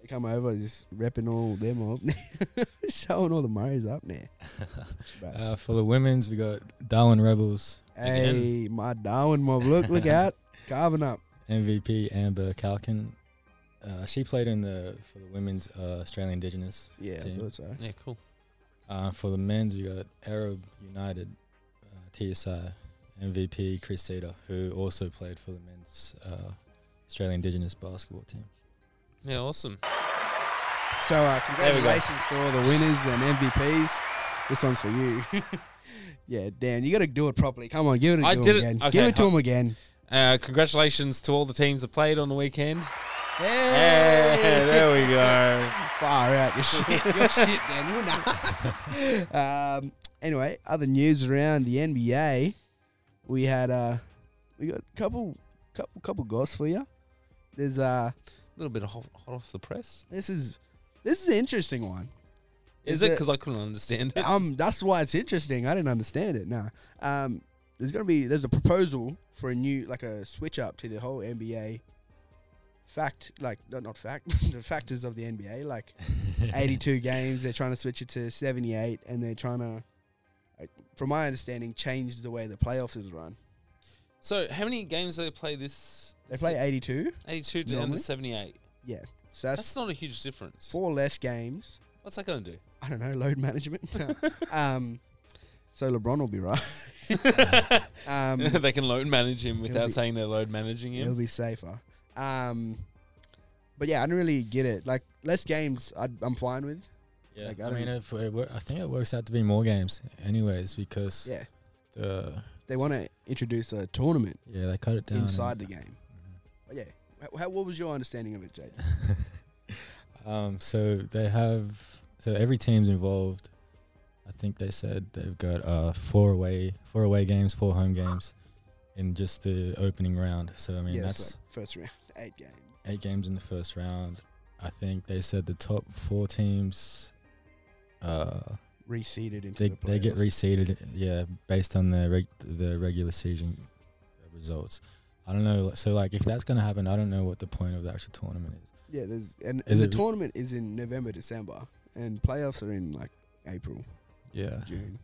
S1: They come over just repping all them up, showing all the Murrays up now. Bruh.
S2: Uh, for the women's, we got Darwin Rebels,
S1: hey, my Darwin mob, look, look out, carving up.
S2: MVP Amber Calkin. Uh, she played in the for the women's uh, Australian Indigenous.
S1: Yeah, I
S2: Team.
S1: thought so.
S3: Yeah, cool.
S2: Uh, for the men's, we got Arab United, uh, TSI MVP Christina, who also played for the men's uh, Australian Indigenous basketball team.
S3: Yeah, awesome.
S1: So, uh,
S3: There we go.
S1: congratulations to all the winners and MVPs. This one's for you. yeah, Dan, you got to do it properly. Come on, give it to
S3: I
S1: him
S3: did it.
S1: again.
S3: Okay,
S1: give it to
S3: ho-
S1: him again.
S3: Uh, congratulations to all the teams that played on the weekend.
S1: Hey,
S3: Yeah, there we go.
S1: Far out, your shit, your shit, Daniel. Nah. um, anyway, other news around the NBA. We had uh, we got a couple, couple, couple goss for you. There's uh,
S3: A little bit hot, hot off the press.
S1: this is this is an interesting one. Is
S3: Is, it?
S1: it-
S3: Because I couldn't understand it.
S1: um, that's why it's interesting. I didn't understand it. Nah. Um, there's gonna be there's a proposal for a new like a switch up to the whole NBA fact like no, not fact the factors of the NBA like 82 games. They're trying to switch it to 78, and they're trying to, like, from my understanding, change the way the playoffs is run.
S3: So, how many games do they play this?
S1: They play 82,
S3: 82 down
S1: normally.
S3: to 78.
S1: so that's,
S3: That's not a huge difference.
S1: four less games.
S3: What's that going to do?
S1: I don't know load management. um, so LeBron will be right. um,
S3: they can load manage him without
S1: be-
S3: saying they're load managing
S1: It'll
S3: him.
S1: be safer. Um, but yeah, I don't really get it. Like less games, I'd, I'm fine with.
S2: Yeah,
S1: Like, I
S2: I, mean,
S1: don't-
S2: if it wor- I think it works out to be more games, anyways, because
S1: Yeah,
S2: the
S1: they want to introduce a tournament
S2: yeah they cut it down and-
S1: inside the game. But yeah, Wh- how, what was your understanding of it, Jake?
S2: um, so they have so every team's involved, I think they said they've got uh, four away four away games, four home games in just the opening round. So I mean
S1: yeah,
S2: that's
S1: it's like first round, eight games.
S2: eight games in the first round. I think they said the top four teams uh,
S1: Reseeded into
S2: they
S1: the
S2: they get
S1: playoffs.
S2: reseeded, yeah, based on the reg- the regular season results. I don't know. So like, if that's gonna happen, I don't know what the point of the actual tournament is.
S1: Yeah, there's and,
S2: Is
S1: and the
S2: it-
S1: tournament is in November, December, and playoffs are in like April,
S2: Yeah,
S1: June.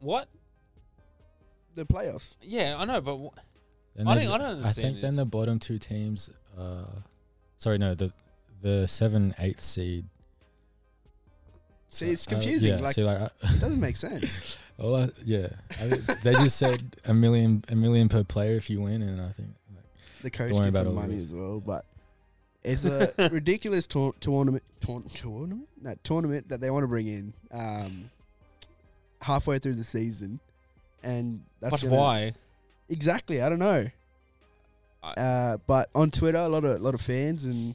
S3: What?
S1: The playoffs.
S3: Yeah, I know, but wh-
S2: Then
S3: I
S2: they-
S3: don't- I don't understand
S2: I think then
S3: this.
S2: the bottom two teams, uh, sorry, no, the the seven eighth seed.
S1: See, it's
S2: uh,
S1: confusing.
S2: yeah,
S1: like
S2: so, like
S1: it doesn't make sense.
S2: all I, yeah, I, they just said a million a million per player if you win, and I think like,
S1: The coach
S2: Don't worry
S1: gets
S2: about
S1: some
S2: all
S1: money
S2: this.
S1: as well, but it's a ridiculous tour- tournament. Tour- tournament? No, tournament that they want to bring in um, halfway through the season, and that's
S3: but
S1: gonna-
S3: why?
S1: Exactly, I don't know.
S3: I-
S1: Uh, but on Twitter, a lot of lot of fans and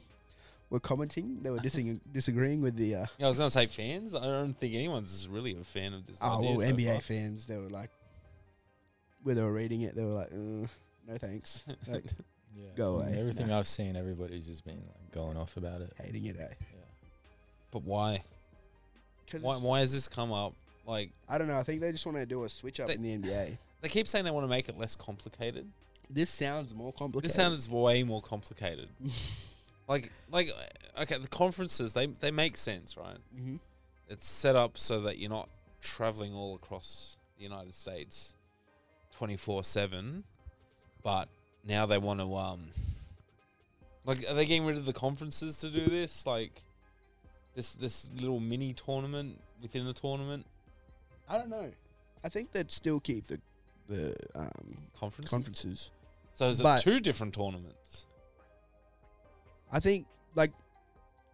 S1: were commenting. They were dissing, disagreeing with the uh,
S3: Yeah, I was gonna say fans. I don't think anyone's really a fan of this.
S1: oh
S3: idea
S1: well,
S3: so
S1: NBA
S3: far.
S1: fans. They were like, when they were reading it, they were like, "Uh, no thanks, like
S2: yeah,
S1: Go away,
S2: Everything I've seen, everybody's just been like going off about it.
S1: hating it. Eh?
S2: Yeah.
S3: But why?
S1: 'Cause
S3: Why? Why has this come up? Like
S1: I don't know. I think they just want to do a switch up
S3: They-
S1: in the NBA.
S3: they keep saying they want to make it less complicated.
S1: This sounds more complicated. Mm-hmm.
S3: This sounds way more complicated. like, like, uh, okay, the conferences they they make sense, right?
S1: hmm
S3: It's set up so that you're not traveling all across the United States, twenty four seven. But now they want to um, like, are they getting rid of the conferences to do this? Like, this this little mini tournament within a tournament
S1: I don't know. I think they'd still keep the the um,
S3: conference.
S1: conferences.
S3: so is
S1: but-
S3: it two different tournaments?
S1: I think like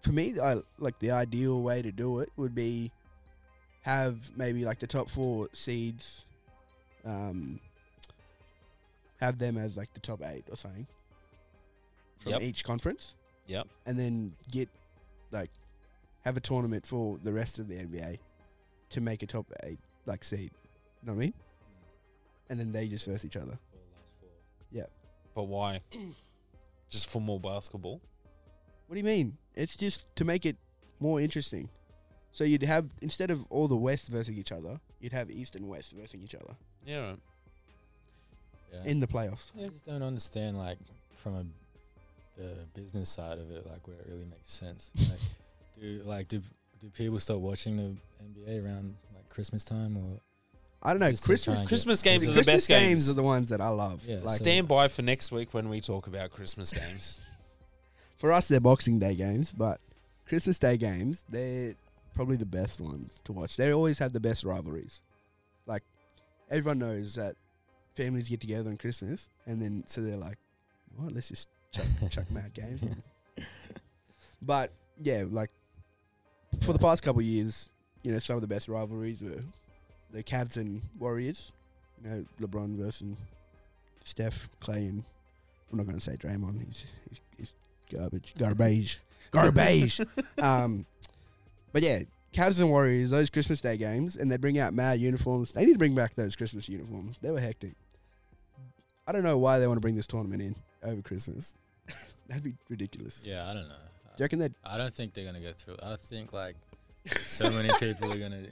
S1: for me, I like the ideal way to do it would be have maybe like the top four seeds, um, have them as like the top eight or something from
S3: Yep.
S1: each conference.
S3: Yep.
S1: and then get like have a tournament for the rest of the NBA to make a top eight like seed. You know what I mean? And then they just verse each other.
S3: But why? Just for more basketball.
S1: What do you mean? It's just to make it more interesting. So you'd have instead of all the West versing each other, you'd have East and West versing each other
S3: Yeah, right.
S2: Yeah.
S1: in the playoffs.
S2: I just don't understand, like, from a the business side of it, like where it really makes sense. Like, do like do do people start watching the NBA around like Christmas time or
S1: I don't know.
S2: Just to
S1: Christmas
S2: try and get-
S3: Christmas games are the
S1: Christmas
S3: best games.
S1: are the ones that I love.
S2: Yeah,
S1: like
S2: so-
S3: Stand by for next week when we talk about Christmas games.
S1: for us, they're Boxing Day games, but Christmas Day games, they're probably the best ones to watch. They always have the best rivalries. Like, everyone knows that families get together on Christmas, and then so they're like, what, let's just chuck, chuck mad games. on." But yeah, like, for the past couple of years, you know, some of the best rivalries were the Cavs and Warriors, you know, LeBron versus Steph, Clay, and I'm not going to say Draymond, he's, he's, he's garbage, garbage, garbage. um, but yeah, Cavs and Warriors, those Christmas Day games, and they bring out mad uniforms. They need to bring back those Christmas uniforms. They were hectic. I don't know why they want to bring this tournament in over Christmas. That'd be ridiculous.
S2: Yeah, I don't know.
S1: Do you reckon that
S2: I don't think they're gonna go through. I think like so many people are gonna.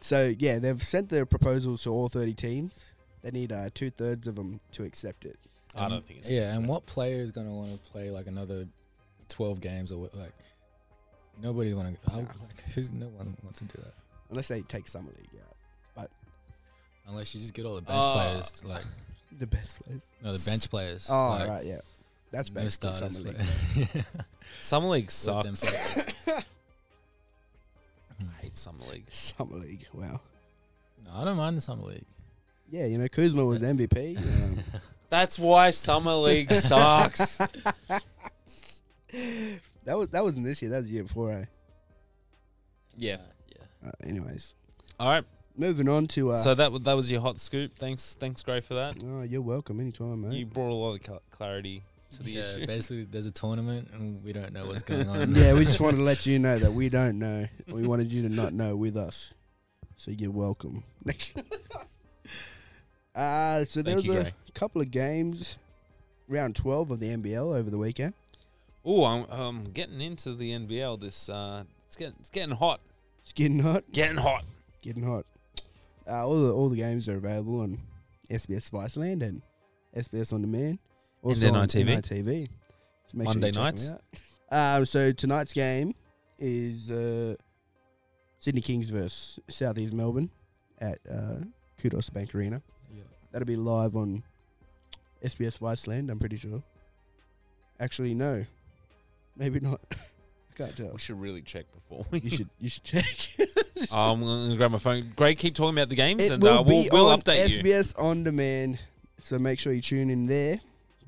S1: So yeah, they've sent their proposals to all thirty teams. They need uh, two thirds of them to accept it.
S3: I don't think it's
S2: yeah, and what player is gonna want to play like another twelve games or what, like nobody want to.
S1: Nah.
S2: Like, who's no one wants to do that
S1: Unless they take summer league out,
S2: unless you just get all the bench
S3: Uh,
S2: players, like
S1: the best place.
S2: no the bench players.
S1: Oh
S2: like,
S1: right, yeah, that's
S2: no
S1: best for
S2: starters,
S1: summer league.
S2: but-
S3: Summer League
S2: Let them
S3: sucks.
S2: play.
S3: I hate Summer League.
S1: Summer league, wow.
S2: No, I don't mind the summer league.
S1: Yeah, you know Kuzma was MVP. Um,
S3: That's why Summer League sucks.
S1: that was that wasn't this year. That was the year before. Eh?
S3: Yeah.
S2: yeah.
S1: Uh, anyways,
S3: All right.
S1: moving on to. Uh,
S3: So that wa- that was your hot scoop. Thanks, thanks, Gray, for that.
S1: oh, you're welcome anytime, mate.
S3: You brought a lot of cl- clarity to the issue.
S2: Yeah, basically, there's a tournament and we don't know what's going on.
S1: yeah, we just wanted to let you know that we don't know. We wanted you to not know with us. So you're welcome. uh, so there
S4: Thank
S1: was
S4: you,
S1: a
S4: Gray.
S1: couple of games, round 12 of the NBL over the weekend.
S3: Oh, I'm um, getting into the NBL. This uh, it's getting it's getting hot,
S1: It's getting hot.
S3: getting hot.
S1: Getting hot. Uh, all, the, all the games are available on SBS Viceland and SBS On Demand. Also
S3: then
S1: on
S3: ITV.
S1: NITV. So make
S3: Monday
S1: you check them
S3: nights.
S1: out. Um, so tonight's game is uh, Sydney Kings versus Southeast Melbourne at uh, Kudos Bank Arena.
S2: Yeah.
S1: That'll be live on SBS Viceland, I'm pretty sure. Actually, no. Maybe not. I can't tell.
S3: We should really check before. We
S1: You should you should check.
S3: um, I'm gonna grab my phone. Greg, keep talking about the games,
S1: It
S3: and
S1: will
S3: uh, we'll,
S1: be
S3: we'll
S1: on
S3: update you.
S1: SBS on demand, so make sure you tune in there.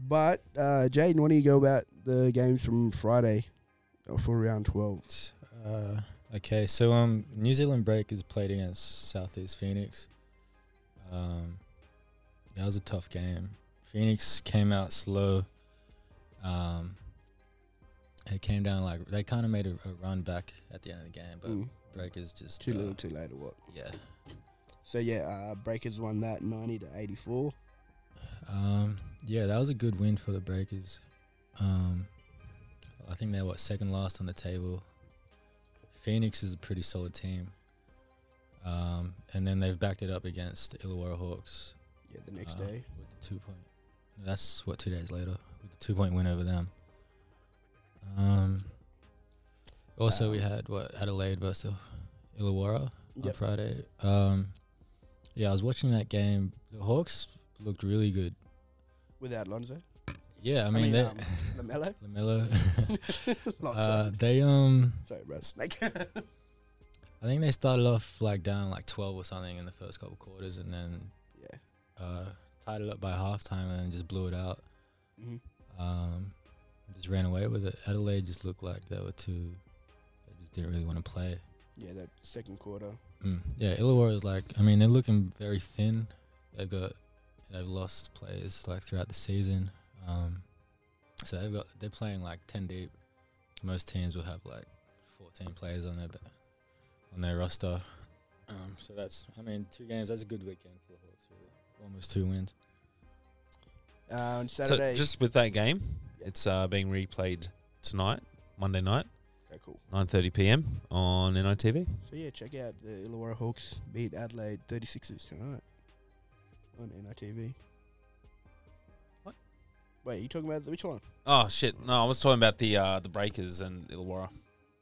S1: But uh, Jaden, why don't you go about the games from Friday for round twelve?
S2: Uh, okay, so um, New Zealand break is played against Southeast Phoenix. Um, that was a tough game. Phoenix came out slow. Um, it came down like they kind of made a, a run back at the end of the game, but
S1: Mm,
S2: Uh, break is just
S1: too
S2: uh,
S1: little, too late, or what?
S2: Yeah.
S1: So yeah, uh, Breakers won that ninety to eighty four.
S2: Um, yeah, that was a good win for the Breakers. Um, I think they're what second last on the table. Phoenix is a pretty solid team. Um, and then they've backed it up against Illawarra Hawks
S1: Yeah, the next
S2: uh,
S1: day.
S2: with the two point. That's what two days later with the two point win over them. Um, also, we
S1: Um,
S2: had what Adelaide versus Illawarra on
S1: Yep.
S2: Friday. Um, yeah, I was watching that game. The Hawks looked really good.
S1: Without Lonzo,
S2: Yeah, I
S1: I
S2: mean,
S1: mean,
S2: they,
S1: um, Lamelo.
S2: Lamelo.
S1: Lonzo.
S2: uh, they um,
S1: Sorry, bro. Snake.
S2: I think they started off like down like twelve or something in the first couple quarters, and then
S1: yeah.
S2: uh, tied it up by halftime, and then just blew it out.
S1: Mhm.
S2: Um, just ran away with it. Adelaide just looked like they were too. They just didn't really want to play.
S1: Yeah, that second quarter.
S2: Mm. Yeah, Illawarra is like. I mean, they're looking very thin. They've got they've lost players like throughout the season. Um, so they've got they're playing like ten deep. Most teams will have like fourteen players on their ba- on their roster. Um, so that's I mean two games. That's a good weekend for the Hawks. Really. Almost two wins.
S1: Uh, on
S3: So
S1: Saturday.
S3: just with that game, it's uh, being replayed tonight, Monday night,
S1: okay, cool.
S3: 9:30 p.m. on NITV.
S1: So yeah, check out the Illawarra Hawks beat Adelaide 36ers tonight on NITV.
S3: What?
S1: Wait, you talking about the- which one?
S3: Oh shit! No, I was talking about the uh, the Breakers and Illawarra.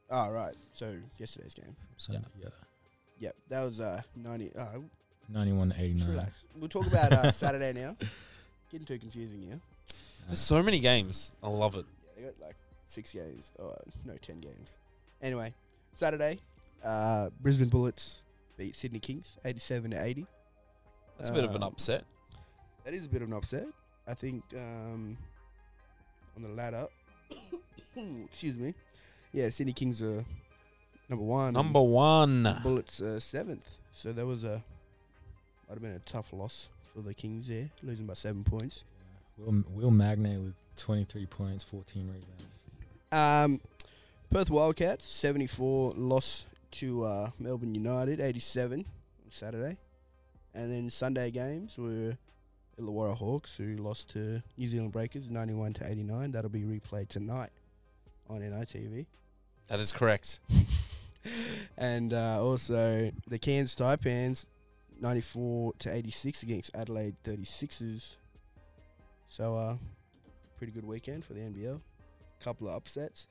S1: Oh, right. So yesterday's game.
S2: So
S1: Yeah.
S2: yeah,
S1: Yep, that was uh 90. Uh,
S2: ninety-one to
S1: just
S2: eighty-nine.
S1: relax. We'll talk about uh, Saturday now. Getting too confusing here.
S3: There's so many games. I love it.
S1: Yeah, they got like six games. Oh, uh, no, ten games. Anyway, Saturday, uh, Brisbane Bullets beat Sydney Kings 87 to 80.
S3: That's a bit of an
S1: Um,
S3: upset.
S1: That is a bit of an upset. I think um, on the ladder, excuse me. Yeah, Sydney Kings are number one. and
S3: Number one.
S1: Bullets uh, seventh. So that was a might have been a tough loss for the Kings there, losing by seven points.
S2: Will Will Magne with twenty-three points, fourteen rebounds.
S1: Um, Perth Wildcats seventy four loss to uh, Melbourne United eighty seven on Saturday, and then Sunday games were Illawarra Hawks who lost to New Zealand Breakers ninety one to eighty nine. That'll be replayed tonight on NITV,
S3: That is correct.
S1: and uh, also the Cairns Taipans ninety four to eighty six against Adelaide 36ers. So uh, pretty good weekend for the NBL. Couple of upsets.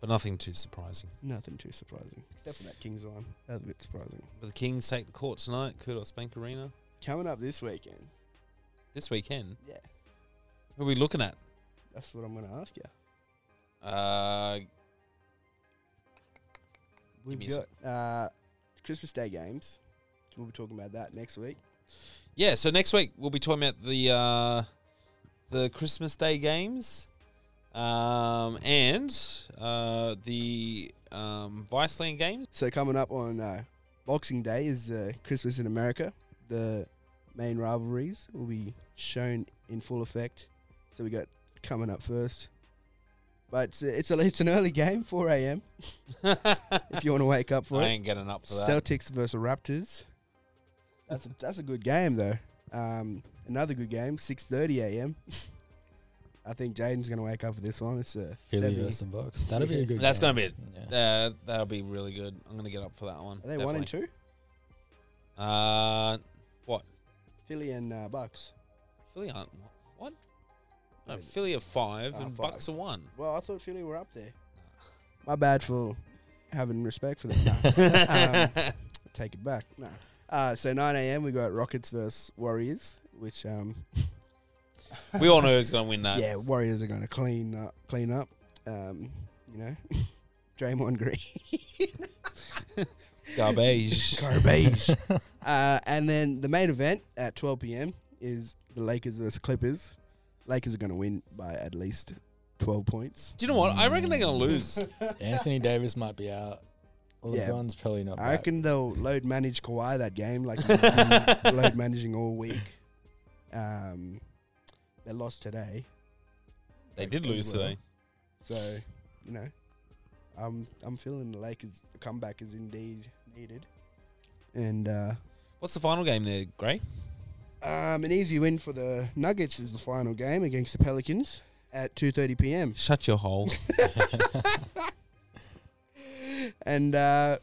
S3: But nothing too surprising.
S1: Nothing too surprising, except for that Kings one. That was a bit surprising.
S3: But the Kings take the court tonight. Kudos Bank Arena.
S1: Coming up this weekend,
S3: This weekend,
S1: yeah,
S3: who are we looking at?
S1: that's what I'm going to ask you.
S3: Uh, Give me
S1: We've
S3: a
S1: got uh, Christmas Day games. We'll be talking about that next week.
S3: yeah, so next week we'll be talking about the uh, the Christmas Day games um, and uh, the um, Viceland games.
S1: So coming up on uh, Boxing Day is uh, Christmas in America. The main rivalries will be shown in full effect. So we got coming up first. But it's a, it's, a, it's an early game, 4 a.m. if you want to wake up for
S3: I
S1: it.
S3: ain't getting up for that.
S1: Celtics versus Raptors. That's a, that's a good game though. Um, another good game, 6:30 a.m. I think Jaden's gonna wake up for this one. It's uh, a
S2: Philly
S1: 70.
S2: versus the Bucks. That'll be a good.
S3: That's
S2: game.
S3: gonna
S2: Yeah.
S3: Uh, that'll be really good. I'm gonna get up for that one.
S1: Are they one and two?
S3: two? Uh,
S1: Philly and uh, Bucks.
S3: Philly aren't what? No,
S1: Yeah.
S3: Philly are five
S1: Ah,
S3: and
S1: five.
S3: Bucks are one.
S1: Well, I thought Philly were up there. My bad for having respect for them. Nah. Um, take it back. No. Uh, so 9 a.m. we got Rockets versus Warriors, which um,
S3: we all know who's gonna win that.
S1: yeah, Warriors are gonna clean up, clean up. Um, you know, Draymond Green.
S3: Garbage.
S1: garbage. uh, and then the main event at 12 p.m. is the Lakers versus Clippers. Lakers are going to win by at least 12 points.
S3: Do you know what? I reckon they're gonna lose.
S2: Anthony Davis might be out.
S1: Yeah.
S2: LeBron's probably not.
S1: I
S2: back.
S1: reckon they'll load manage Kawhi that game, like he's been load managing all week. Um, they lost today,
S3: they did lose today.
S1: so you know, I'm I'm feeling the Lakers comeback is indeed needed, and uh,
S3: What's the final game there, Gray?
S1: um, an easy win for the Nuggets is the final game against the Pelicans at 2:30 p.m.
S3: Shut your hole.
S1: And uh,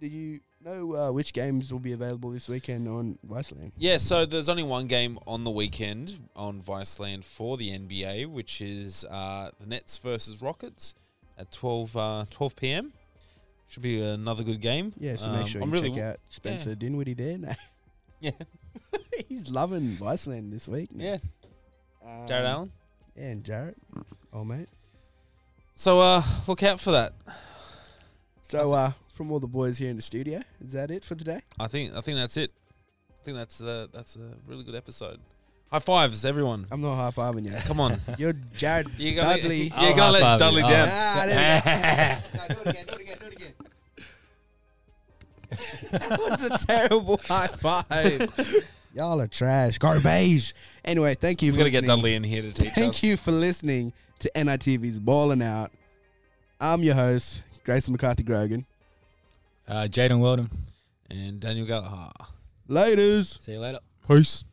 S1: do you know uh, which games will be available this weekend on Viceland?
S3: Yeah, so there's only one game on the weekend on Viceland for the NBA, which is uh, the Nets versus Rockets at 12, uh, 12 p.m. Should be another good game.
S1: Yeah, so
S3: Um,
S1: make sure you
S3: I'm really
S1: check out Spencer
S3: yeah.
S1: Dinwiddie there. No.
S3: Yeah.
S1: He's loving Viceland this week.
S3: Yeah,
S1: Um,
S3: Jared Allen.
S1: Yeah, and Jarrett. Oh, mate.
S3: So uh, look out for that.
S1: So, uh, from all the boys here in the studio, is that it for today?
S3: I think I think that's it. I think that's uh, that's a really good episode. High fives, everyone.
S1: I'm not high fiving you.
S3: Come on.
S1: You're Jared
S3: You're gonna,
S1: Um, Dudley.
S3: You're
S2: I'll
S3: gonna
S2: Oh, high
S3: let
S2: five
S3: Dudley
S2: you.
S3: down.
S1: Ah, there we go. No, do it again, do it again, do it again. that was a terrible high five. Y'all are trash. Garbage. Anyway, thank you
S3: We've
S1: for
S3: got to get
S1: listening.
S3: Dudley in here to teach
S1: Thank
S3: us.
S1: you for listening to NITV's Ballin' Out. I'm your host, Grayson McCarthy Grogan.
S2: Uh, Jaden Weldon.
S3: And Daniel Gallagher.
S1: Laters.
S2: See you later.
S3: Peace.